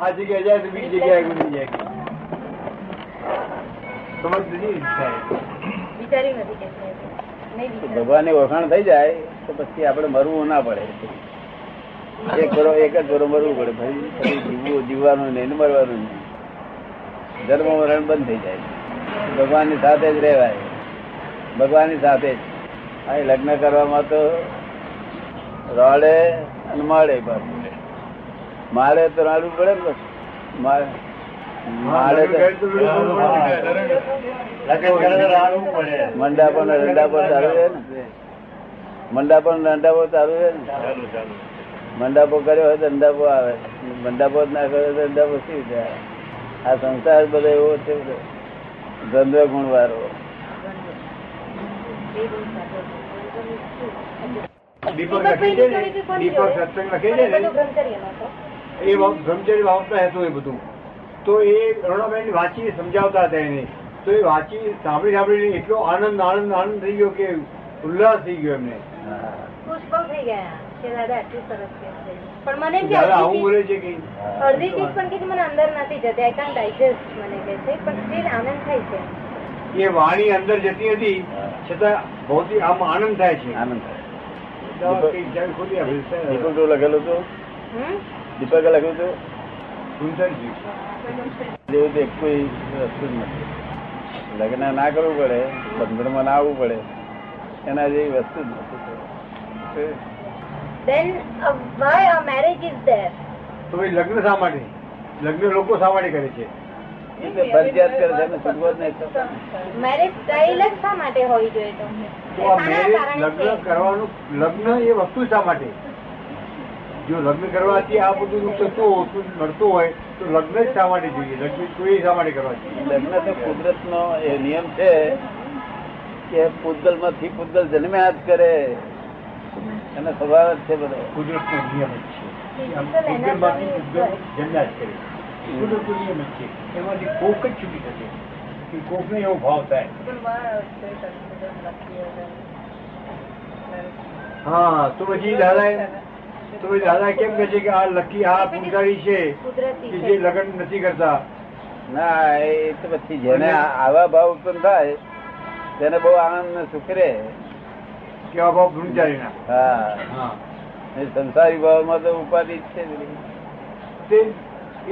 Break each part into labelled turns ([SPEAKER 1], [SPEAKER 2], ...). [SPEAKER 1] આ જગ્યાએ જાય તો બીજી જગ્યાએ ગુંજી જાય તમારી બીજી ઈચ્છા છે.
[SPEAKER 2] વિચાર્યું નથી કે છે. નહીં વિચાર્યું.
[SPEAKER 3] ભગવાન ની ઓળખાણ થઈ જાય તો પછી આપડે મરવું ના પડે એક કરો એક જ કરો મરવું પડે ભાઈ પછી જીવવું જીવવાનું નહીં ને મરવાનું નહીં ધર્મ મરણ બંધ થઈ જાય ભગવાન ની સાથે જ રહેવાય ભગવાન ની સાથે જ આ લગ્ન કરવામાં તો રડે અને મળે પાછું મારે તો રડવું પડે ને પછી. મારે મારે
[SPEAKER 1] મારે ઘેર તો
[SPEAKER 3] તો
[SPEAKER 1] બધું બોલવું પડે.
[SPEAKER 3] મંડાપણ અને રંડાપણ ચાલુ રહે ને મંડાપો અને રંડાપો ચાલુ રહે ને મંડાપો કર્યો હોય તો રંડાપો આવે મંડાપો જ ના કર્યો તો રંડાપો શી રીતે આવે? આ સંસાર બધો એવો છે બધો ગંધ્ર ગુણ વાળો
[SPEAKER 2] એ બહુ સાચો છે.
[SPEAKER 1] દીપક લખી છે ને, દીપક સત્સંગ લખી છે ને,
[SPEAKER 2] બધું બ્રહ્મચર્યમાં હતો.
[SPEAKER 1] એ વા- બ્રહ્મચર્ય વાપતા હતું એ બધું તો એ અરુણાબેન વાંચી સમજાવતા હતા એને તો એ વાંચી સાંભળી સાંભળીને એટલો આનંદ આનંદ આનંદ થઈ ગયો કે ઉલ્લાસ થઈ ગયો એમને
[SPEAKER 3] હા.
[SPEAKER 2] પુષ્પમ થઈ ગયા કે દાદા આટલું સરસ કે છે. પણ મને એમ કે
[SPEAKER 1] દાદા આવું
[SPEAKER 2] અડધી ચીજ-
[SPEAKER 1] બોલે છે કે
[SPEAKER 2] અડધી ચીજ પણ કે છે મને અંદર નથી જતી આઈ કાન ડાયજેસ્ટ મને કે છે પણ still આનંદ થાય છે
[SPEAKER 1] એ વાણી અંદર જતી હતી છતાં ભૌતિક આમ આનંદ થાય છે
[SPEAKER 3] આનંદ થાય.
[SPEAKER 1] દાદા કંઈક જાણ ખોટી આપી છે.
[SPEAKER 3] દીપક જો લખેલું હતું
[SPEAKER 2] હમ?
[SPEAKER 3] દીપકે લખ્યું હતું
[SPEAKER 1] સુનસાનજી.
[SPEAKER 3] જેવું તો કોઈ વસ્તુ જ નથી લગ્ન ના કરવું પડે બંધનમાં ના આવવું પડે એના જેવી વસ્તુ જ નથી
[SPEAKER 2] Then, uh, why a marriage is there?
[SPEAKER 1] તો ભાઈ લગ્ન શા માટે લગ્ન લોકો શા માટે કરે છે
[SPEAKER 3] એટલે ફરજિયાત કરે છે ને છૂટકો જ નહીં થતો.
[SPEAKER 2] Marriage style જ શા માટે હોવી જોઈએ તો?
[SPEAKER 1] તો આ
[SPEAKER 2] એ
[SPEAKER 1] મેરેજ
[SPEAKER 2] શાના
[SPEAKER 1] લગ્ન
[SPEAKER 2] કારણે છે?
[SPEAKER 1] કરવાનું લગ્ન એ વસ્તુ શા માટે જો લગ્ન કરવાથી આ બધું દુઃખ થતું હોતું મળતું હોય તો લગ્ન જ શા માટે જોઈએ લગ્ન તો એ શા માટે કરવા જોઈએ
[SPEAKER 3] લગ્ન તો કુદરતનો એ નિયમ છે કે પૂતગલ માંથી પૂતગલ જન્મ્યા જ કરે એનો સ્વભાવ જ છે બધો
[SPEAKER 1] કુદરતનો નિયમ જ છે આમ કુદરતમાંથી કુદરત જન્મ્યા જ કરે કુદરતનો નિયમ જ છે એમાંથી કોક જ છૂટી શકે કે કોકને એવો ભાવ થાય હા તો પછી દાદા તો પછી દાદા કેમ કહે છે કે આ લકી આ પુંજારી છે
[SPEAKER 2] કુદરતી
[SPEAKER 1] કે જે
[SPEAKER 2] છે.
[SPEAKER 1] લગ્ન નથી કરતા
[SPEAKER 3] ના એ તો પછી જેને આવા ભાવ ઉત્પન્ન થાય તેને બહુ આનંદ ને સુખ રહે
[SPEAKER 1] કે આ ભાવ બ્રહ્મચારીના
[SPEAKER 3] હા
[SPEAKER 1] હા
[SPEAKER 3] એ સંસારી ભાવમાં તો ઉપાધિ જ છે જ નહીં.
[SPEAKER 1] તે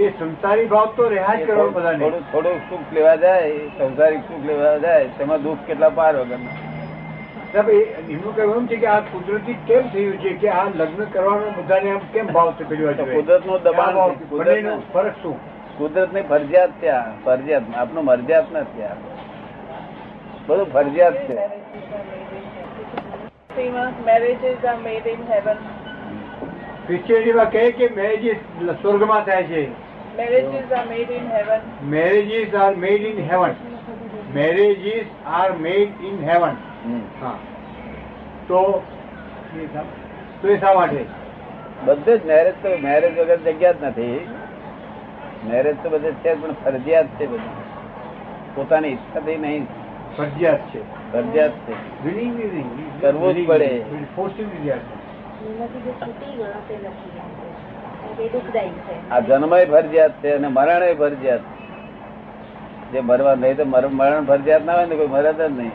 [SPEAKER 1] એ સંસારી ભાવ તો રહ્યા જ કરવાનો બધાને
[SPEAKER 3] થોડું થોડું સુખ લેવા જાય સંસારિક સુખ લેવા જાય તેમાં દુઃખ કેટલા પાર વગરના
[SPEAKER 1] સાહેબ, એ- એમનું કહેવું એમ છે કે આ કુદરતી કેમ થયું છે કે આ લગ્ન કરવાનો બધાને આમ કેમ ભાવ છે પેલી બાજુએ?
[SPEAKER 3] કુદરતનું દબાણ
[SPEAKER 1] આ ભાવ,
[SPEAKER 3] છે, કુદરતનું.
[SPEAKER 1] બંનેનો ફરક શું
[SPEAKER 3] કુદરત ની ફરજિયાત છે આ, ફરજિયાત આપણું મરજિયાત નથી આ બધું ફરજિયાત છે
[SPEAKER 4] Famous marriages are made in heaven.
[SPEAKER 1] ક્રિશ્ચિયનિટીમાં કહે કે મેરેજીસ સ્વર્ગમાં થાય છે
[SPEAKER 4] Marriages are made in heaven.
[SPEAKER 1] Marriages are made in heaven marriages are made in heaven
[SPEAKER 3] હમ.
[SPEAKER 1] હા તો એ શા- તો એ શા માટે
[SPEAKER 3] બધે જ મેરેજ તો મેરેજ વગર જગ્યા જ નથી મેરેજ તો બધે છે જ, પણ ફરજિયાત છે બધું પોતાની ઈચ્છાથી નહીં
[SPEAKER 1] ફરજિયાત છે
[SPEAKER 3] ફરજિયાત છે
[SPEAKER 1] Willingly નહીં.
[SPEAKER 3] કરવું જ પડે.
[SPEAKER 1] Willingly. Forcefully નહીં.
[SPEAKER 2] એમાંથી જે છૂટી ગયો તે લખી ગયા છે. અને તે દુઃખદાયી છે
[SPEAKER 3] આ જન્મય ફરજિયાત છે અને મરણય ફરજિયાત છે જે મરવા નહીં તો મર- મરણ ફરજિયાત ના હોય ને કોઈ મરત જ નહીં
[SPEAKER 2] Voluntary નથી.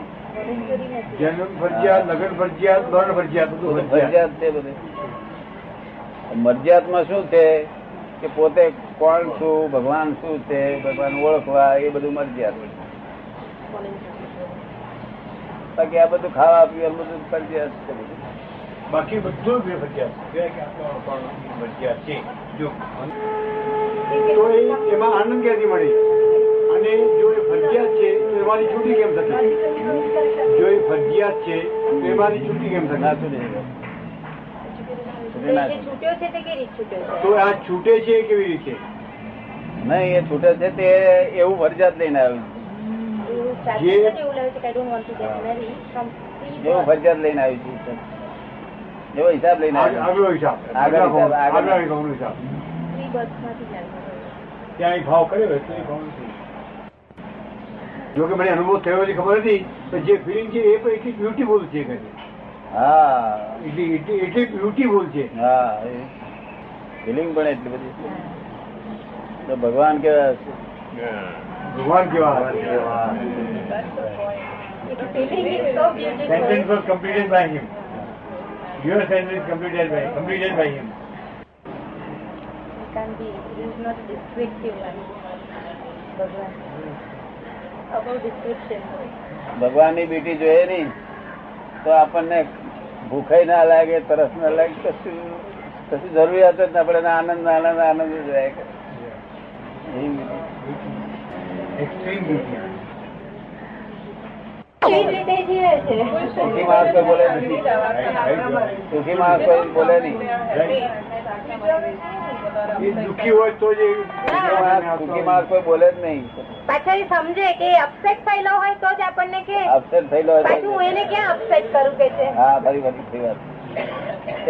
[SPEAKER 1] જન્મ ફરજિયાત લગ્ન ફરજિયાત મરણ ફરજિયાત બધું
[SPEAKER 3] બધું
[SPEAKER 1] ફરજિયાત
[SPEAKER 3] ફરજિયાત છે બધું મરજિયાતમાં શું છે કે પોતે કોણ છું ભગવાન શું છે ભગવાન ઓળખવા એ બધું મરજિયાત
[SPEAKER 2] Voluntary.
[SPEAKER 3] બાકી આ બધું ખાવા પીવા બધું ફરજિયાત છે બધું.
[SPEAKER 1] બાકી બધું જ ફરજિયાત છે કે આપણો પણ ફરજિયાત છે જો તો એ એમાં આનંદ ક્યાંથી મળે અને જો એ ફરજિયાત છે તો એમાંથી છૂટી કેમ થતી જો એ ફરજિયાત છે તો એમાંથી છૂટી કેમ
[SPEAKER 3] ના
[SPEAKER 1] થતી
[SPEAKER 3] છૂટી શકે.
[SPEAKER 2] તો એ જે છૂટ્યો છે તે કેવી રીતે છૂટ્યો છે
[SPEAKER 1] તો આ છૂટે છે કેવી રીતે
[SPEAKER 3] નહીં એ છૂટે છે તે એવું ફરજિયાત લઈને આવ્યું
[SPEAKER 2] એવું
[SPEAKER 1] જે-
[SPEAKER 2] સ્ટાર્ટિંગમાં જ એવું લાગે છે કે I don't want to get married from free
[SPEAKER 3] જેવું
[SPEAKER 2] birth.
[SPEAKER 3] ફરજિયાત લઈને આવ્યું છે જેવો હિસાબ લઈને
[SPEAKER 1] આગ-
[SPEAKER 3] આવ્યું
[SPEAKER 1] આગલો હિસાબ
[SPEAKER 3] આગળ
[SPEAKER 1] આગલા ભાવ
[SPEAKER 3] હિસાબ, આગળ.
[SPEAKER 1] આગલા ભાવનો હિસાબ
[SPEAKER 2] Free birthમાંથી જ લાગુ પડે.
[SPEAKER 1] ત્યાં એક ભાવ કર્યો હોય તો એ ભાવ નથી જો કે મને અનુભવ થયો છે ખબર હતી પણ જે ફિલિંગ છે એ પણ એટલી બ્યુટીફુલ છે કદી
[SPEAKER 3] હા
[SPEAKER 1] એટલી એટલી એટલી બ્યુટીફુલ છે
[SPEAKER 3] હા ફિલિંગ પણ એટલી બધી છે. તો ભગવાન કેવા હશે?
[SPEAKER 1] ભગવાન કેવા
[SPEAKER 4] That's the point.
[SPEAKER 1] Sentence was completed by him your sentence completed by completed by him
[SPEAKER 3] ભગવાનની બેટી જોઈએ નહીં તો આપણને ભૂખાઈ ના લાગે તરસ ના લાગે કશું કશું જરૂરિયાત જ ના પડે આનંદ આનંદ આનંદ જ રહે કરે. એવી રીતે.
[SPEAKER 1] એક્સ્ટ્રીમ બ્યુટી
[SPEAKER 3] સુખી માણસ કોઈ બોલે નથી સુખી માણસ કોઈ બોલે નહીં
[SPEAKER 1] એ દુઃખી હોય તો જ એ
[SPEAKER 3] સુખી માણસ- સુખી માણસ કોઈ બોલે જ નહીં
[SPEAKER 2] પાછળ સમજે કે અપસેટ થયેલો હોય તો જ આપણને કે
[SPEAKER 3] અપસેટ થયેલો હોય
[SPEAKER 2] પાછું હું
[SPEAKER 3] તો-
[SPEAKER 2] એને ક્યાં અપસેટ કરું કે છે
[SPEAKER 3] હા ફરી ફરી ફરી વાત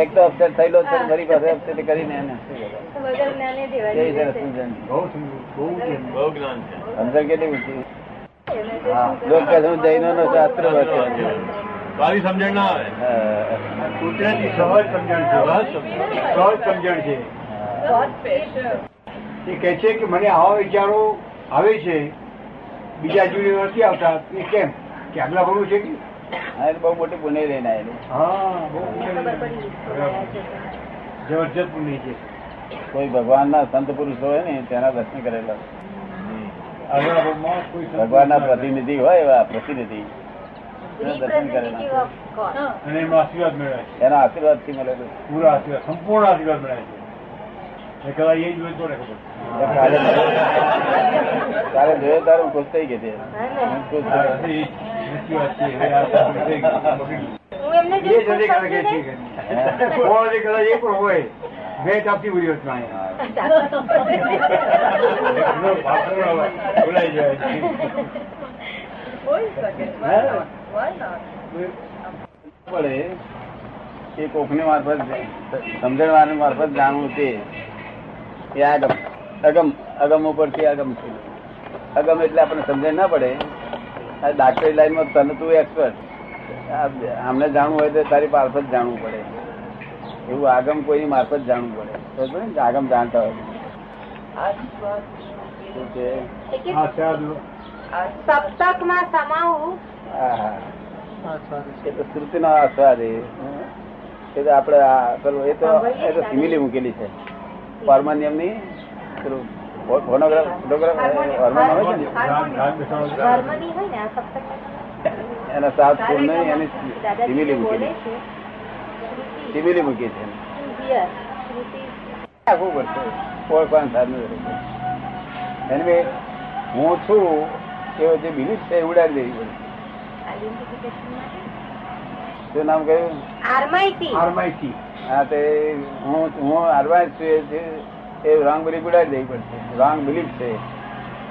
[SPEAKER 3] એક તો અપસેટ થયેલો છે ફરી પાછો upset કરીને એને શું કરે?
[SPEAKER 2] વગર જ્ઞાને
[SPEAKER 3] કેવી
[SPEAKER 2] જીવન
[SPEAKER 3] સરસ સમજણ છે.
[SPEAKER 1] બહુ સમજુ બહુ સમજુ.
[SPEAKER 3] સમજણ કેટલી ઊંચી
[SPEAKER 2] એને જે
[SPEAKER 1] હા.
[SPEAKER 2] શું
[SPEAKER 3] લોક કહે છે, હું જૈનોનો શાસ્ત્ર વાંચ્યો.
[SPEAKER 5] સારી સમજણ ના આવે
[SPEAKER 3] હા.
[SPEAKER 1] કુદરતી સહજ સમજણ છે સહજ સમજણ છે
[SPEAKER 3] હા.
[SPEAKER 4] Not special.
[SPEAKER 1] એ કહે છે કે મને આવા વિચારો આવે છે બીજા જીવને નથી આવતા એ કેમ કે આગલા ભણવું છે કે
[SPEAKER 3] હા, એટલે બહુ મોટી પુણ્ય લઈને આવેલી.
[SPEAKER 1] હા બહુ
[SPEAKER 2] મને ખબર પડી ગયા છે.
[SPEAKER 1] જબરજસ્ત પુણ્ય છે
[SPEAKER 3] કોઈ ભગવાનના સંત પુરુષો હોય ને તેના દર્શન કરેલા
[SPEAKER 1] આગલા ભવમાં કોઈ સંતોષ
[SPEAKER 3] ભગવાનના
[SPEAKER 1] ના થાય.
[SPEAKER 3] પ્રતિનિધિ હોય એવા પ્રતિનિધિ એના દર્શન
[SPEAKER 2] Representative
[SPEAKER 3] કરેલા
[SPEAKER 2] of God.
[SPEAKER 1] અને એમાં આશીર્વાદ મેળવે છે
[SPEAKER 3] એના આશીર્વાદ થી મળે છે.
[SPEAKER 1] પૂરા આશીર્વાદ સંપૂર્ણ આશીર્વાદ મેળવે છે એ કદાચ એ જ હોય તો ને ખબર
[SPEAKER 3] એ કાલે કાલે જોયો તારે હું ખુશ થઈ ગઈ હતી.
[SPEAKER 2] હા ને?
[SPEAKER 3] હું ખુશ
[SPEAKER 1] હા,
[SPEAKER 3] થઈ
[SPEAKER 1] એ સાચી વાત છે. હવે આ સાચું થઈ ગયું.
[SPEAKER 2] હું એમને
[SPEAKER 1] એ જ
[SPEAKER 2] જોઈને ખુશ
[SPEAKER 1] અધિકાર
[SPEAKER 2] સમજુ
[SPEAKER 1] કે
[SPEAKER 2] ને?
[SPEAKER 1] છે. કોણ અધિકાર એ પણ હોય મેં તાપથી ઉડી હોત ના અહીંયા.
[SPEAKER 3] ગઈ.
[SPEAKER 1] એમનો બાપનો અવાજ ભૂલાઈ જાય છે.
[SPEAKER 4] Wait a second. Why
[SPEAKER 1] Yeah.
[SPEAKER 4] not? Why not?
[SPEAKER 3] પડે એ કોકની મારફત સમજણ મારફત જાણવું તે એ આગમ અગમ અગમ ઉપરથી આગમ છે અગમ એટલે આપણને સમજણ ના પડે આ ડાક્ટરી લાઈનમાં તને તું એક્સપર્ટ આમને જાણવું હોય તો તારી મારફત જાણવું પડે એવું આગમ કોઈની મારફત જાણવું પડે સમજ પડી ને? આગમ જાણતા હોય
[SPEAKER 4] આશીર્વાદ.
[SPEAKER 3] શું છે
[SPEAKER 2] એ કે
[SPEAKER 1] હા, સારું.
[SPEAKER 2] સપ્તકમાં સમાવું
[SPEAKER 3] આહા. એ તો શ્રુતિનો આસ્વાદ એ એ તો આપણે આ પેલું એ તો એ તો સિમિલી મૂકેલી છે પારમાન્યમ ની પેલું ફો- ફોનોગ્રાફ ફોટોગ્રાફ હોર્મોન આવે છે ને?
[SPEAKER 1] ધ્યાન- ધ્યાન બેસાડો.
[SPEAKER 2] હાર્મની હોય ને આ સપ્તકમાં સમાવું.
[SPEAKER 3] એના સાત ફૂલ નહીં એની
[SPEAKER 2] દાદાજી જે
[SPEAKER 3] સિમિલી
[SPEAKER 2] બોલે
[SPEAKER 3] મૂકેલી
[SPEAKER 2] છે
[SPEAKER 3] સિમિલી મૂકી છે
[SPEAKER 2] Here, Shruti.
[SPEAKER 3] રાખવું પડશે ઓળખાણ સાધન એને બે હું છું એવો જે બિલીફ છે એ ઉડાડી દેવી પડશે
[SPEAKER 2] Identification માટે?
[SPEAKER 3] શું નામ કહ્યું
[SPEAKER 2] આરમાઈટી
[SPEAKER 1] આરમાઈથી.
[SPEAKER 3] હા તે હું હું અડવાઇસ છું એ છે એ રોંગ બિલીફ ઉડાડી દેવી પડશે રોંગ બિલીફ છે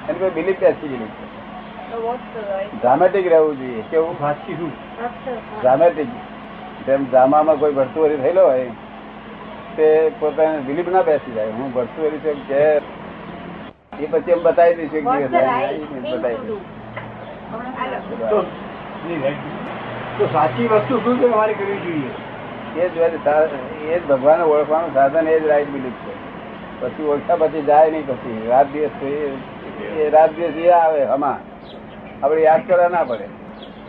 [SPEAKER 3] એની કોઈ બિલીફ બેસી belief
[SPEAKER 4] So what's the right?
[SPEAKER 3] Dramatic રહેવું જોઈએ કેવું
[SPEAKER 1] સાચી શું?
[SPEAKER 3] ડ્રામેટિક જેમ ડ્રામામાં કોઈ ભરતુવરી થયેલો હોય તે પોતાને બિલીફ ના બેસી જાય હું ભરતુવરી છે કે એ પછી એમ બતાવી દઈશું એક દિવસ બતાવી
[SPEAKER 1] તો
[SPEAKER 3] દઈશું
[SPEAKER 1] નહીં, right. તો સાચી વસ્તુ શું છે અમારે કરવી જોઈએ
[SPEAKER 3] એ જ વળી સા- એ જ ભગવાન ઓળખવાનું સાધન એ જ રાઈટ બિલીફ છે પછી ઓળખા પછી જાય નહીં પછી રાત દિવસ એ- એ રાત દિવસ એ આવે હમા આપણે યાદ કરવા ના પડે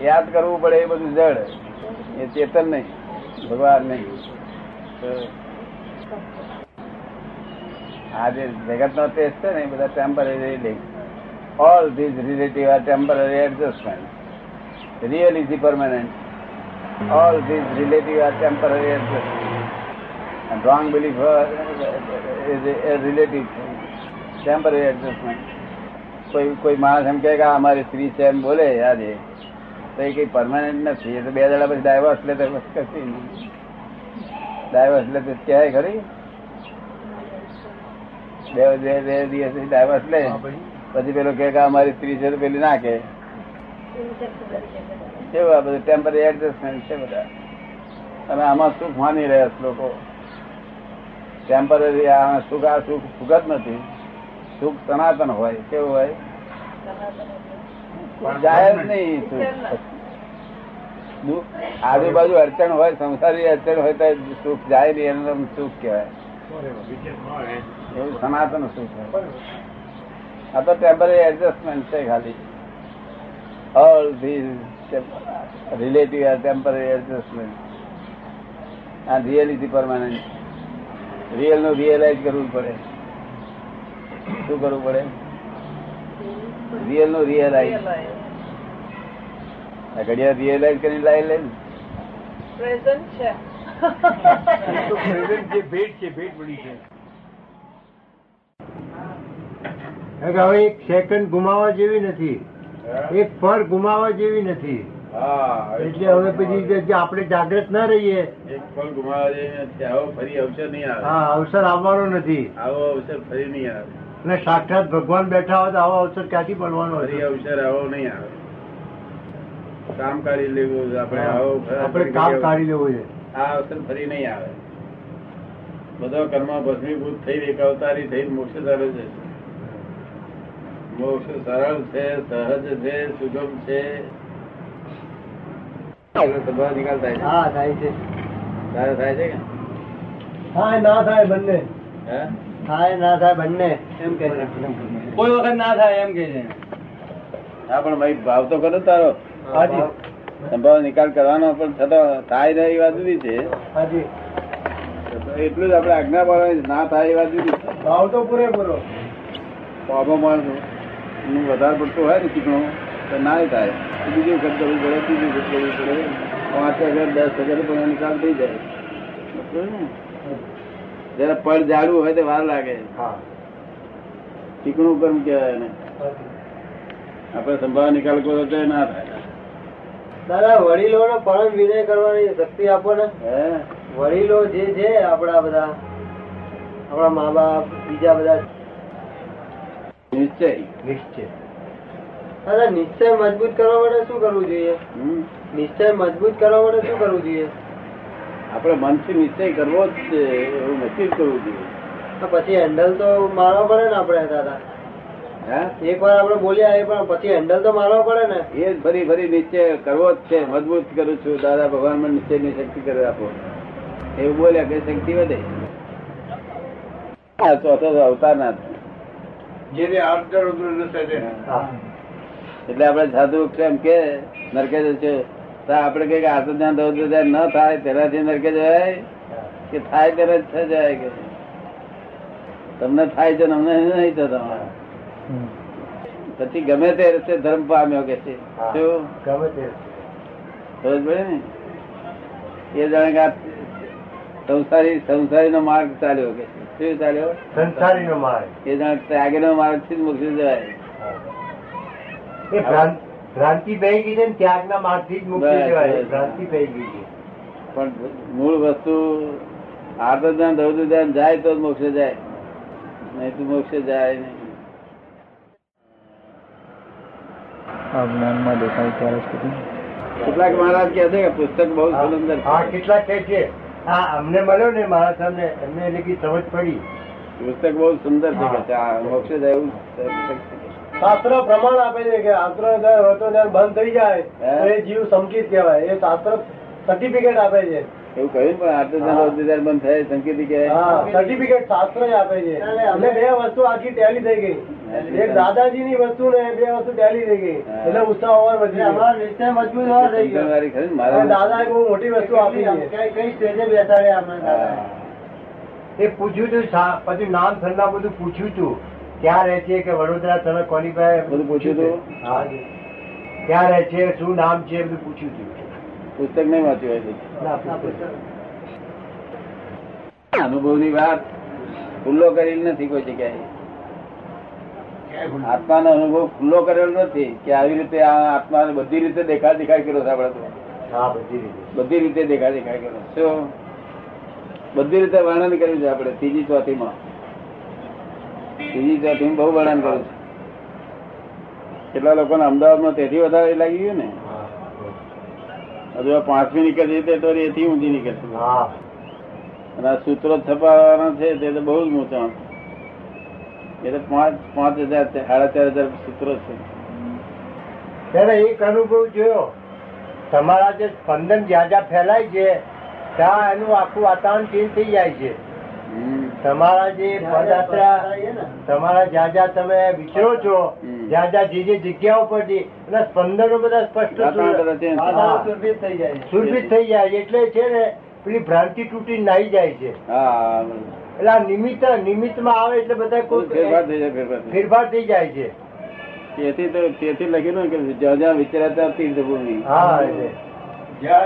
[SPEAKER 3] યાદ કરવું પડે એ બધું જડ એ ચેતન નહીં ભગવાન નહીં તો આ જે જગતનો ટેસ્ટ છે ને એ બધા temporary all these relative are temporary adjustment real is permanent All these relative are temporary adjustments. And wrong belief uh, is a a relative thing. Temporary adjustment. કોઈ કોઈ માણસ એમ કહે કે આ અમારી સ્ત્રી છે એમ બોલે આજે તો એ કઈ પરમાનન્ટ નથી એ તો બે દાડા પછી ડાયવર્સ લે તો બસ કશી નહીં ડાયવર્સ લે તો કહેવાય ખરી બે બે બે દિવસ ડાયવર્સ લે
[SPEAKER 1] હા, ભાઈ.
[SPEAKER 3] પછી પેલો કહે કે આ અમારી સ્ત્રી છે તો પેલી ના કે કેવું આ બધું ટેમ્પરરી એડજસ્ટમેન્ટ છે બધા અને આમાં સુખ માની રહ્યા છે લોકો ટેમ્પરરી આ સુખ આ સુખ સુખ જ નથી સુખ સનાતન હોય કેવું હોય જાય જ નહીં સુખ દુઃખ આજુબાજુ અડચણ હોય સંસારી અડચણ હોય તો સુખ જાય નહીં એનું નામ સુખ કહેવાય
[SPEAKER 1] બરાબર.
[SPEAKER 3] એવું સનાતન સુખ હોય આ તો ટેમ્પરરી એડજસ્ટમેન્ટ છે ખાલી all this relative are temporary adjustment આ રિયલિટી પરમાનન્ટ રિયલ નું રિયલાઇઝ કરવું પડે શું કરવું પડે રિયલ નું રિયલાઇઝ આ ઘડિયાળ રિયલાઇઝ કરીને લાવી લે ને.
[SPEAKER 4] પ્રેઝન્ટ છે
[SPEAKER 1] તો present જે ભેટ છે ભેટ બની છે કારણ કે હવે એક સેકન્ડ ગુમાવા જેવી નથી એક પળ ગુમાવા જેવી નથી
[SPEAKER 3] હા
[SPEAKER 1] એટલે હવે પછી જે- જે આપણે જાગ્રત ના રહીએ
[SPEAKER 3] એક પલ ગુમાવા જેવી નથી. આવો ફરી અવસર નહીં આવે
[SPEAKER 1] આ અવસર આવવાનો નથી
[SPEAKER 3] આવો અવસર ફરી નહીં આવે
[SPEAKER 1] અને સાક્ષાત ભગવાન બેઠા હોય તો આવો અવસર ક્યાંથી મળવાનો
[SPEAKER 3] ફરી
[SPEAKER 1] હોય
[SPEAKER 3] અવસર આવો નહીં આવે કામ કાઢી લેવું આપણે આવો
[SPEAKER 1] આપણે કામ કાઢી લેવું છે
[SPEAKER 3] આ અવસર ફરી નહીં આવે બધો કર્મ ભસ્મીભૂત થઈ એક અવતારી થઈ મોક્ષ તરફ છે મોક્ષ સરળ છે સહજ છે સુગમ છે એનો સ્વભાવ નિકાલ થાય છે
[SPEAKER 1] હા થાય છે
[SPEAKER 3] તારે થાય છે કે
[SPEAKER 1] થાય ના થાય બંને
[SPEAKER 3] હે?
[SPEAKER 1] થાય ના થાય બંને એમ કે કોઈ વખત ના થાય એમ કે છે
[SPEAKER 3] હા પણ ભાઈ ભાવ તો કરો તારો સંભાવ નિકાલ કરવાનો પણ થતો થાય ને એ વાત જુદી છે
[SPEAKER 1] હાજી
[SPEAKER 3] એટલું જ આપણે આજ્ઞા પાડવાની ના થાય એ વાત જુદી છે.
[SPEAKER 1] ભાવ તો પૂરેપૂરો
[SPEAKER 3] પાપો માણસ નું વધારે પડતું હોય ને ચીકણું તો ના ય થાય તો બીજી વખત કરવું પડે ત્રીજી વખત કરવું પડે પાંચ હજાર દસ હજાર પણ એનો નિકાલ થઈ જાય બરોબર ને? જયારે પડ જાડું હોય તો વાર લાગે
[SPEAKER 1] હા
[SPEAKER 3] ચીકણું કર્મ કહેવાય એને આપણે સંભાવ નિકાલ કરો તો ના થાય
[SPEAKER 1] દાદા વડીલો નો પરમ વિનય કરવાની શક્તિ આપો ને
[SPEAKER 3] હે
[SPEAKER 1] વડીલો જે છે આપણા બધા આપણા મા બાપ બીજા બધા
[SPEAKER 3] નિશ્ચય
[SPEAKER 1] નિશ્ચય દાદા નિશ્ચય મજબૂત કરવા માટે શું કરવું જોઈએ
[SPEAKER 3] હમ
[SPEAKER 1] નિશ્ચય મજબૂત કરવા માટે શું કરવું જોઈએ
[SPEAKER 3] આપણે મનથી નિશ્ચય કરવો જ છે એવું નક્કી જ કરવું જોઈએ
[SPEAKER 1] તો પછી હેન્ડલ તો મારવા પડે ને આપણે દાદા
[SPEAKER 3] હે
[SPEAKER 1] એક વાર આપણે બોલ્યા એ પણ પછી હેન્ડલ તો મારવા પડે ને
[SPEAKER 3] એ જ ફરી ફરી નિશ્ચય કરવો જ છે મજબૂત કરું છું દાદા ભગવાન મને નિશ્ચયની શક્તિ કરી આપો એવું બોલ્યા કે શક્તિ વધે આ ચોથો અવતાર ના થાય. એટલે આપણે સાધુ એમ કે નરકે જશે તો આપણે કઈ આર્થ ધ્યાન દઉં ધ્યાન ન થાય તેનાથી નરકે જવાય કે થાય ત્યારે જ થઈ જાય કે તમને થાય છે ને અમને નહીં થતો પછી ગમે તે રસ્તે ધર્મ પામ્યો કે છે
[SPEAKER 1] હા.
[SPEAKER 3] શું
[SPEAKER 1] ગમે તે
[SPEAKER 3] ખબર પડે ને એ જાણે કે આ સંસારી સંસારી નો માર્ગ ચાલ્યો કે છે. શું ચાલ્યો
[SPEAKER 1] સંસારી નો માર્ગ
[SPEAKER 3] એ જાણે ત્યાગી નો માર્ગ થી જ મોક્ષી જવાય
[SPEAKER 1] એ ભ્રાં- ભ્રાંતિ પહી ગઈ છે ને ત્યાગના માર્ગથી જ મુક્તિ
[SPEAKER 3] બસ,
[SPEAKER 1] લેવાય
[SPEAKER 3] બસ.
[SPEAKER 1] ભ્રાંતિ પહી ગઈ છે
[SPEAKER 3] પણ મૂળ વસ્તુ આર્ધ ધ્યાન ધૌત ધ્યાન જાય તો જ મોક્ષે જાય નહીં તો મોક્ષે જાય નહીં
[SPEAKER 6] આ જ્ઞાનમાં દેખાય ત્યારે સુધી
[SPEAKER 3] કેટલાક મહારાજ કહે છે કે પુસ્તક બહુ સુંદર
[SPEAKER 1] હા કેટલા કે છે હા અમને મળ્યો ને મારા સામે એમને એટલે કે સમજ પડી
[SPEAKER 3] પુસ્તક બહુ સુંદર છે કે
[SPEAKER 1] હા.
[SPEAKER 3] છે. આ મોક્ષે જાય એવું પુસ્તક છે.
[SPEAKER 1] શાસ્ત્ર પ્રમાણ આપે છે કે આંતર હૃદય હોય તો જ્યારે બંધ થઈ જાય
[SPEAKER 3] હે?
[SPEAKER 1] તો એ જીવ સંકિત કહેવાય એ શાસ્ત્ર સર્ટિફિકેટ આપે છે
[SPEAKER 3] એવું કહ્યું ને પણ આર્ધ ધ્યાન ધૌત ધ્યાન બંધ થાય સંકેતી
[SPEAKER 1] हाँ,
[SPEAKER 3] કહેવાય
[SPEAKER 1] સર્ટિફિકેટ શાસ્ત્ર જ આપે છે એટલે બે વસ્તુ આખી ટેલી થઈ ગઈ એક દાદાજી ની વસ્તુ ને બે વસ્તુ ટેલી થઈ ગઈ
[SPEAKER 3] હા.
[SPEAKER 1] એટલે ઉત્સાહ હોવા વધી અમારો નિશ્ચય મજબૂત હોવા થઈ ગયો
[SPEAKER 3] વાળી ખરી
[SPEAKER 1] અને
[SPEAKER 3] ને મહારાજ
[SPEAKER 1] દાદા એ બહુ મોટી વસ્તુ આપી છે કઈ કઈ સ્ટેજે બેસાડે
[SPEAKER 3] દાદાએ?
[SPEAKER 1] એ પૂછ્યું તું સા- પછી નામ ઠંડા બધું પૂછ્યું તું ક્યાં રહે છે કે વડોદરા તમે કોની પાસે
[SPEAKER 3] બધું પૂછ્યું તું?
[SPEAKER 1] હા જી. ક્યાં રહે છે શું નામ છે બધું પૂછ્યું તું
[SPEAKER 3] પુસ્તક નહીં વાંચ્યું હોય તો.
[SPEAKER 1] ના, પૂછ્યું.
[SPEAKER 3] અનુભવની વાત ખુલ્લો કરેલ નથી કોઈ જગ્યાએ આત્માનો અનુભવ ખુલ્લો કરેલો નથી કે આવી રીતે આ આત્માને બધી રીતે દેખા દેખાય કર્યો છે આપણે તો.
[SPEAKER 1] હા બધી રીતે
[SPEAKER 3] બધી રીતે દેખા દેખાય કર્યો શું બધી રીતે વર્ણન કર્યું છે આપણે ત્રીજી ચોથીમાં ત્રીજી ચોથીમાં બહુ વર્ણન કર્યું છે કેટલા લોકોને અમદાવાદમાં તેથી વધારે લાગી ગયું ને
[SPEAKER 1] हाँ,
[SPEAKER 3] હજુ આ પાંચમી નીકળશે તે તો એથી ઊંધી નીકળશે
[SPEAKER 1] હા
[SPEAKER 3] અને આ સૂત્રો છપાવવાના છે તે તો બહુ જ મોટા એ તો પાંચ પાંચ હજાર છે, સાડા ચાર હજાર સૂત્રો છે
[SPEAKER 1] ત્યારે એક અનુભવ જોયો તમારા જે સ્પંદન જ્યાં જ્યાં ફેલાય છે ત્યાં એનું આખું વાતાવરણ ચેન્જ થઈ જાય છે
[SPEAKER 3] હમ.
[SPEAKER 7] તમારા જે પદયાત્રા તમારા જ્યાં જ્યાં તમે વિચરો છો
[SPEAKER 3] હમ.
[SPEAKER 7] જ્યાં જ્યાં જે જે જગ્યા ઉપર છે એના સ્પંદનો બધા સ્પષ્ટ
[SPEAKER 3] વાતાવરણ બધા change.
[SPEAKER 7] સુરભિત થઈ જાય સુરભિત થઈ જાય એટલે છે ને પેલી ભ્રાંતિ તૂટી નાઈ જાય છે
[SPEAKER 3] હા
[SPEAKER 7] એટલે આ નિમિત્ત નિમિત્તમાં આવે એટલે બધા
[SPEAKER 3] કોઈ ફેરફાર થઈ જાય ફેરફાર થઈ જાય.
[SPEAKER 7] ફેરફાર થઈ જાય છે
[SPEAKER 3] તેથી તો તેથી લખેલું ને કે જ્યાં જ્યાં વિચરાતા તીર્થભૂમિ
[SPEAKER 7] હા એટલે.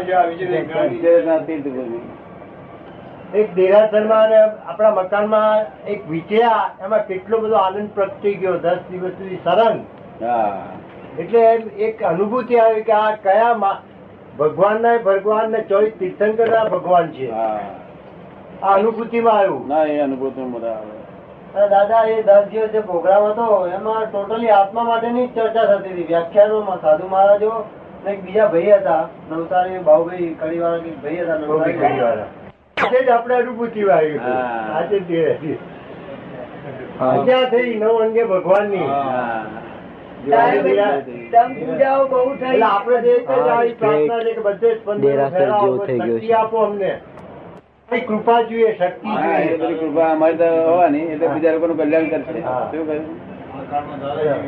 [SPEAKER 3] વિચરાતા તીર્થભૂમિ
[SPEAKER 7] એક દેરાસરમાં અને આપણા મકાનમાં એક વિચર્યા એમાં કેટલો બધો આનંદ પ્રગટી ગયો દસ દિવસ સુધી સરળ
[SPEAKER 3] હા
[SPEAKER 7] એટલે એમ એક અનુભૂતિ આવી કે આ કયા મા- ભગવાનના એ ભગવાન ને ચોવીસ તીર્થંકરના ભગવાન છે
[SPEAKER 3] હા
[SPEAKER 7] આ અનુભૂતિમાં આવ્યું
[SPEAKER 3] ના એ અનુભવ તો બધા આવે
[SPEAKER 7] અને દાદા એ દસ દિવસ જે પ્રોગ્રામ હતો એમાં ટોટલી આત્મા માટેની જ ચર્ચા થતી હતી વ્યાખ્યાનોમાં સાધુ મહારાજો ને એક બીજા ભાઈ હતા નવસારી બાહુભાઈ કડીવાળા કે ભાઈ હતા નવસારી આજે જ આપણે અનુભૂતિ આવી
[SPEAKER 3] હા.
[SPEAKER 7] આજે જ તે.
[SPEAKER 8] હા
[SPEAKER 7] આજ્ઞા થઈ નવ અંગે ભગવાનની
[SPEAKER 2] ત્યારે દમ પૂજાઓ બહુ થઈ
[SPEAKER 7] એટલે આપણે જે રીતે જ આવી પ્રાર્થના છે કે બધે સ્પંદનો
[SPEAKER 8] દેરાસર
[SPEAKER 7] ફેલાવો,
[SPEAKER 8] જેવું થઈ ગયું
[SPEAKER 7] શક્તિ
[SPEAKER 8] છે.
[SPEAKER 7] આપો અમને તમારી કૃપા જોઈએ શક્તિ
[SPEAKER 3] હા, એ બધી
[SPEAKER 7] જોઈએ
[SPEAKER 3] કૃપા અમારી તો હોવાની એટલે બીજા લોકોનું કલ્યાણ કરશે
[SPEAKER 7] હા.
[SPEAKER 3] શું કહ્યું
[SPEAKER 1] નિરાલંબ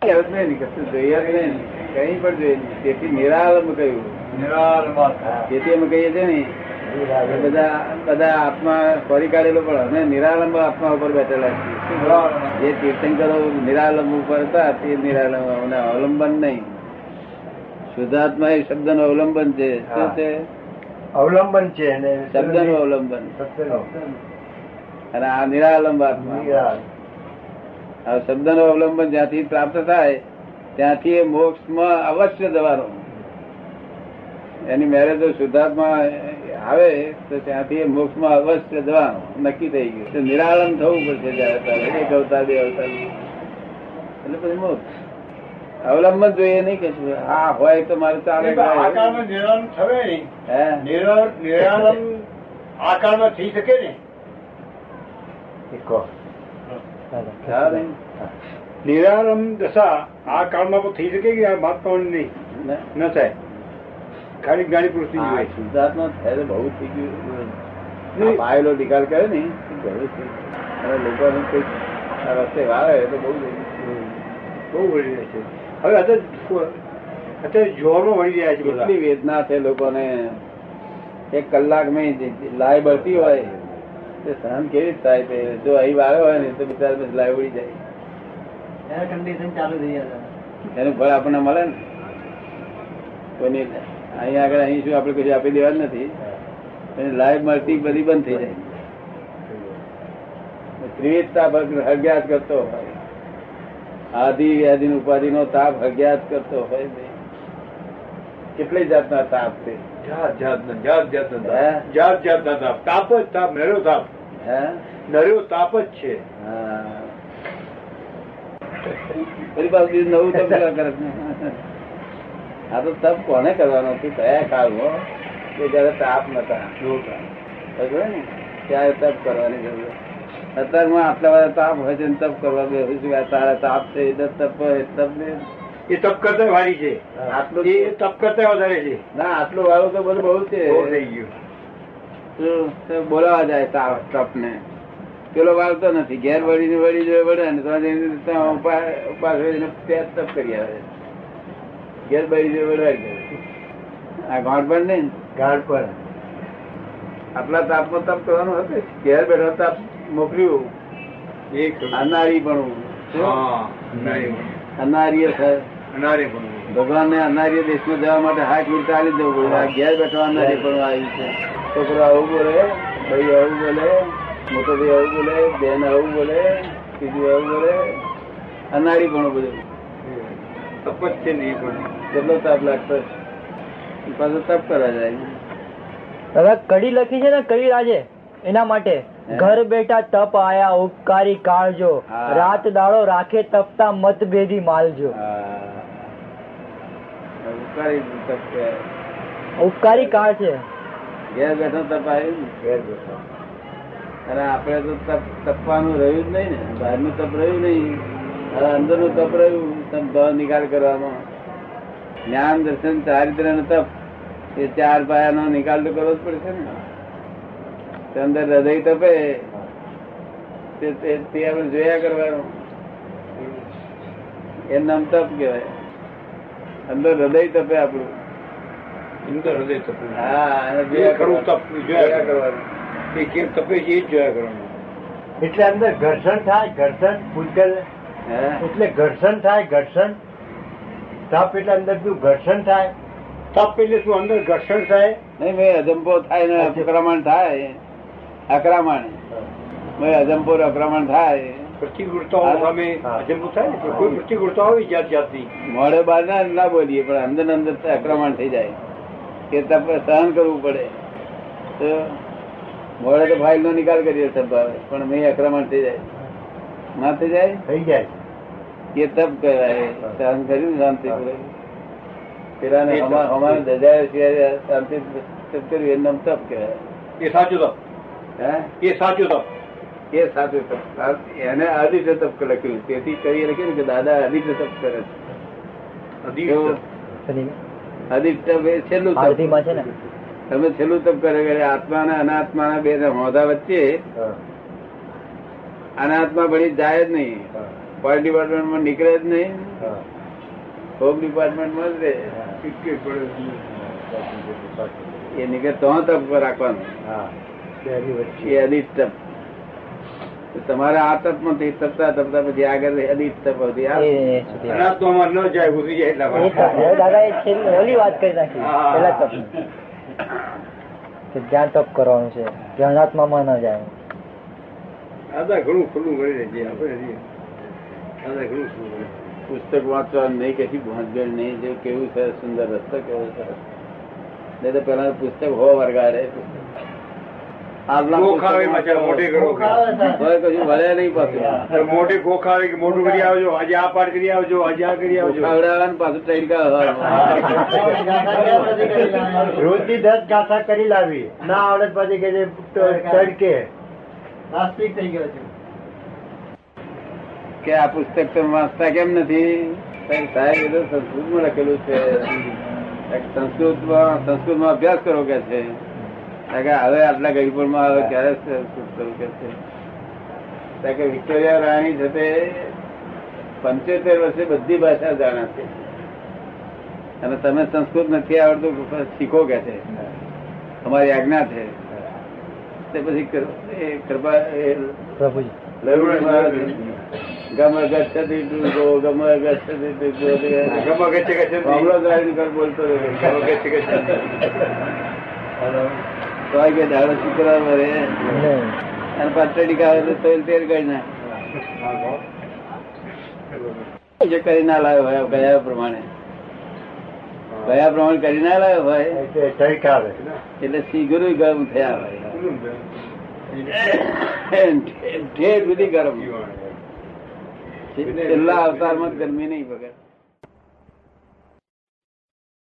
[SPEAKER 3] કહેવત નહીં, કશું જોઈએ જ નહીં. કંઈ પણ જોઈએ નહીં. તેથી નિરાલંબ કહ્યું તેથી અમે કહીએ છીએ ને કે બધા બધા આત્મા ફરી કાઢેલો પણ અમે નિરાલંબ આત્મા ઉપર બેઠેલા છીએ શું કહ્યું? જે તીર્થંકરો નિરાલંબ ઉપર હતા તે નિરાલંબ અમને અવલંબન નહીં શુદ્ધાત્મા એ શબ્દ નું અવલંબન છે શું
[SPEAKER 7] હા.
[SPEAKER 3] છે
[SPEAKER 7] અવલંબન છે અને
[SPEAKER 3] શબ્દ નું અવલંબન
[SPEAKER 7] શબ્દનો.
[SPEAKER 3] અને આ નિરાલંબ આત્મા
[SPEAKER 7] નિરાળ.
[SPEAKER 3] આ શબ્દનો અવલંબન જ્યાંથી પ્રાપ્ત થાય ત્યાંથી એ મોક્ષમાં અવશ્ય જવાનો એની મેરેજ જો શુદ્ધાત્મા આવે તો ત્યાંથી એ મોક્ષમાં અવશ્ય જવાનો નક્કી થઈ ગયું તો નિરાલંબ થવું પડશે જ્યારે તારે એક અવતાર બે અવતાર એટલે પછી મોક્ષ અવલંબન જોઈએ નહીં કે શું આ હોય તો મારે ચાલે
[SPEAKER 1] થવે નહીં
[SPEAKER 3] હે
[SPEAKER 1] નિરાલ- નિરાલંબ આ કાળમાં થઈ શકે ને
[SPEAKER 7] એકો.
[SPEAKER 3] ચાલે
[SPEAKER 1] નિરાલંબ દશા આ કાળમાં પણ થઈ શકે કે આ મહાત્માઓની નહીં
[SPEAKER 3] ને?
[SPEAKER 1] ન થાય ખાલી જ્ઞાની પુરુષની
[SPEAKER 3] હા,
[SPEAKER 1] જોઈએ
[SPEAKER 3] શુદ્ધાત્મા થયેલો બહુ થઈ ગયું આ પાયેલો નિકાલ કરે ને એ ઘણું થઈ ગયું. અને લોકોને કંઈક આ રસ્તે વાળે તો બહુ થઈ ગયું.
[SPEAKER 1] બહુ વળી રહ્યા છે હવે અત્યારે અત્યારે જોરમાં વળી રહ્યા છે બધા
[SPEAKER 3] કેટલી વેદના છે લોકોને એક કલાક મેં જે- જે લાય બળતી હોય તે સહન કેવી રીતે થાય તે જો અહીં વાળો હોય ને તો બિચારા પછી લાય ઉડી જાય એનું ફળ આપણને મળે ને કોઈની અહીં આગળ અહીં શું આપણે કશું આપી દેવા જ નથી એની લાઈફ મળતી બધી બંધ થઈ જાય ત્રિવિધ તાપ હગ્યાત કરતો હોય આદિ વ્યાધિ ઉપાધિ નો તાપ હગ્યાત કરતો હોય ભઈ. કેટલી જાતના તાપ છે
[SPEAKER 1] જાત જાતના જાત જાતના
[SPEAKER 3] હે?
[SPEAKER 1] તાપ જાત જાતના તાપ તાપ જ તાપ નર્યો તાપ
[SPEAKER 3] હે
[SPEAKER 1] નર્યો તાપ જ છે
[SPEAKER 3] હા ફરી પાછું બીજું નવું તપ પેલા કરે છે. આ તો તપ કોને કરવાનો હતું કયા કાળમાં કે જયારે તાપ નતા ખબર ને? ત્યારે તપ કરવાની જરૂર અત્યારે હું આટલા બધા તાપ હોય છે ને તપ કરવા બેસું છું કે આ તારે તાપ છે એટલે તપ હોય, તપ ને
[SPEAKER 1] એ તપ કરતા વારી છે
[SPEAKER 3] આટલું
[SPEAKER 1] એ તપ કરતા વધારે છે
[SPEAKER 3] ના આટલું વાળું તો બધું બહુ
[SPEAKER 1] બહુ
[SPEAKER 3] છે
[SPEAKER 1] થઈ ગયું
[SPEAKER 3] તો બોલાવા જાય તાપ તપને પેલો વાળતો નથી ઘેર વળીને વળી જોડે વળે ને તો જઈને ત્યાં ઉપા- ઉપાસ વળીને ત્યાં તપ કરી આવે ઘેર વળી જોડે વળવાઈ જાય આ ગોઠ પણ નહીં ને.
[SPEAKER 7] ગાળ પર
[SPEAKER 3] આટલા તાપમાં તપ કરવાનું હતું ઘેર બેઠો તાપ મોકલ્યું
[SPEAKER 1] એક
[SPEAKER 3] અનારી પણ
[SPEAKER 1] હા અનારી.
[SPEAKER 3] અનાર્ય થાય
[SPEAKER 1] અનારે પણ
[SPEAKER 3] ભગવાનને અનાર્ય દેશમાં જવા માટે હાથ ઉડતા ચાલી જવું પડ્યું. આ ઘેર બેઠો અનાર્ય પણ આવી છે છોકરો આવું બોલે ભાઈ આવું બોલે મોટો ભાઈ આવું બોલે બેન આવું બોલે બીજું આવું બોલે અનારી પણ બધું
[SPEAKER 1] તપ જ છે ને એ પણ
[SPEAKER 3] કેટલો તાપ લાગતો છે પાછો તપ કરવા જાય
[SPEAKER 9] દાદા કડી લખી છે ને કવિ રાજે એના માટે ઘર બેઠા તપ આયા ઉપકારી કાળજો
[SPEAKER 3] હા.
[SPEAKER 9] રાત દાડો રાખે તપતા મતભેદી માલજો
[SPEAKER 3] હા. ઉપકારી તપ કહેવાય.
[SPEAKER 9] ઉપકારી કાળ છે
[SPEAKER 3] ઘેર બેઠો તપ આવ્યું ને.
[SPEAKER 7] ઘેર બેઠો.
[SPEAKER 3] અને આપણે તો તપ તપવાનું રહ્યું જ નહીં ને બહારનું તપ રહ્યું નહીં હવે અંદરનું તપ રહ્યું તમ ભાવ નિકાલ કરવાનો જ્ઞાન દર્શન ચારિત્ર અને તપ એ ચાર પાયાનો નિકાલ તો કરવો જ પડશે ને તો અંદર હૃદય તપે તે તે- તે આપણે જોયા કરવાનું એમ નામ તપ કહેવાય અંદર હૃદય તપે આપણું
[SPEAKER 5] એનું તો હૃદય તપે
[SPEAKER 3] હા અને
[SPEAKER 5] એ
[SPEAKER 3] જોયા
[SPEAKER 5] ખરું
[SPEAKER 3] કરવાનું.
[SPEAKER 5] તપ જોયા કરવાનું એ કેમ તપે છે એ જ જોયા કરવાનું
[SPEAKER 1] એટલે અંદર ઘર્ષણ થાય ઘર્ષણ ભૂતગલ
[SPEAKER 3] હે?
[SPEAKER 1] એટલે ઘર્ષણ થાય ઘર્ષણ તપ એટલે અંદર ઘર્ષણ થાય
[SPEAKER 5] તપ એટલે શું અંદર ઘર્ષણ થાય
[SPEAKER 3] નહીં મેં અજંપો થાય ને અક્રમણ થાય અક્રમણ મેં અજંપો ને અક્રમણ થાય
[SPEAKER 5] પ્રતિકૂળતાઓ સામે
[SPEAKER 1] હા.
[SPEAKER 5] અજંબુ થાય ને કોઈ પ્રતિકૂળતા હોય જાત જાતની
[SPEAKER 3] મોડે બહાર ના ના બોલીએ પણ અંદર ને અંદર તો આક્રમણ થઈ જાય કે તપ સહન કરવું પડે તો મોડે તો ફાઇલ નો નિકાલ કરીએ સંભાવે પણ મેં આક્રમણ થઈ જાય ના થઈ જાય
[SPEAKER 1] થઈ જાય
[SPEAKER 3] એ તપ કહેવાય સહન કર્યું શાંતિ પેલા
[SPEAKER 5] એ તપ.
[SPEAKER 3] અમારે દજાયો સિવાય શાંતિ તપ કર્યું એ નામ તપ કહેવાય
[SPEAKER 5] એ સાચો તપ
[SPEAKER 3] હે
[SPEAKER 5] એ સાચો તપ
[SPEAKER 3] એ સાચું તપ એને આદિત્ય તપ લખ્યું તેથી કહીએ લખ્યું ને કે દાદા આદિત્ય તપ કરે છે
[SPEAKER 5] અધિક તપ.
[SPEAKER 7] બધી
[SPEAKER 3] આદિત્ય તપ એ છેલ્લું તપ
[SPEAKER 7] આરતીમાં છે ને
[SPEAKER 3] તમે છેલ્લું તપ કરે કે આત્મા અને અનાત્મા બે હોદા વચ્ચે અનાત્મા ભણી જાય જ નહીં ફોરેન ડિપાર્ટમેન્ટમાં નીકળે જ નહીં હોમ ડિપાર્ટમેન્ટમાં જ રહે
[SPEAKER 5] ક્રિકેટ પડે.
[SPEAKER 3] એ નીકળે તો તપ રાખવાનું એ અદિત તપ તો તમારે આ તપમાંથી તપતા તપતા પછી આગળ અદિત તપ હતી આ
[SPEAKER 7] એ- એ સુધી.
[SPEAKER 5] અનાત્મામાં ન જાય ઉતરી જાય એટલા
[SPEAKER 7] એ
[SPEAKER 5] માટે
[SPEAKER 7] તો દાદા એ છેલ્લી ઓલી વાત કરી નાખી
[SPEAKER 5] હા.
[SPEAKER 7] પેલા તપ કે જ્યાં તપ કરવાનું છે ધ્યાનાત્મામાં ન જાય
[SPEAKER 5] દાદા ઘણું ખુલ્લું કરી દે છે આપણે હજી. દાદા ઘણું ખુલ્લું કરી દે છે.
[SPEAKER 3] પુસ્તક વાંચવા નહીં કશી ભાંજગળ નહીં જે કેવું સરસ સુંદર રસ્તો કેવો સરસ નહીં તો પેલા પુસ્તક હો વર્ગાડે આજના
[SPEAKER 5] ગોખ આવે પાછા
[SPEAKER 3] પુસ્તકમાં
[SPEAKER 5] મોઢે કરો
[SPEAKER 3] હવે કશું વળે નહીં પાછું
[SPEAKER 5] મોઢે ગોખ આવે કે મોઢું કરી આવજો આજે આ પાઠ કરી આવજો આજે આ કરી આવજો
[SPEAKER 3] ખવડાવવાનું પાછું ટ્રેન કા
[SPEAKER 1] રોજની દસ ગાથા કરી લાવી ના આવડે તો પછી કે છે, તડકે
[SPEAKER 3] કે આ પુસ્તક તમે વાંચતા કેમ નથી સાહેબ, સાહેબ એ તો સંસ્કૃતમાં લખેલું છે સંસ્કૃતમાં સંસ્કૃતમાં અભ્યાસ કરો કે છે કારણ કે હવે આટલા ગરીબોમાં હવે ક્યારે સંસ્કૃત કરું કે છે કારણ કે વિક્ટોરિયા રાણી છે તે પંચોતેર વર્ષે બધી ભાષા જાણે છે અને તમે સંસ્કૃત નથી આવડતું પણ શીખો કે છે અમારી આજ્ઞા છે તે પછી કૃ- એ કૃપા એ
[SPEAKER 7] પ્રભુજી
[SPEAKER 3] ગમ ગચ્છતિ તુગો ગમ ગચ્છતિ તુગો
[SPEAKER 5] ગમા ગચે ગચે
[SPEAKER 3] બાબલો ગાયન કર બોલતો
[SPEAKER 5] ગમા ગચે ગચે
[SPEAKER 3] તો કે દાડો શુક્રવારે
[SPEAKER 7] નહીં.
[SPEAKER 3] અને પાટડી કાવે તો તેર કરી ના જે કરી ના લાવ્યો હોય ગયા પ્રમાણે ગયા પ્રમાણે કરી ના લાવ્યો હોય
[SPEAKER 1] એટલે તડકાવે
[SPEAKER 3] એટલે શ્રી ગુરુ ગરમ થયા હોય ઠેર સુધી ગરમ છેલ્લા અવતારમાં ગરમી નહીં વગર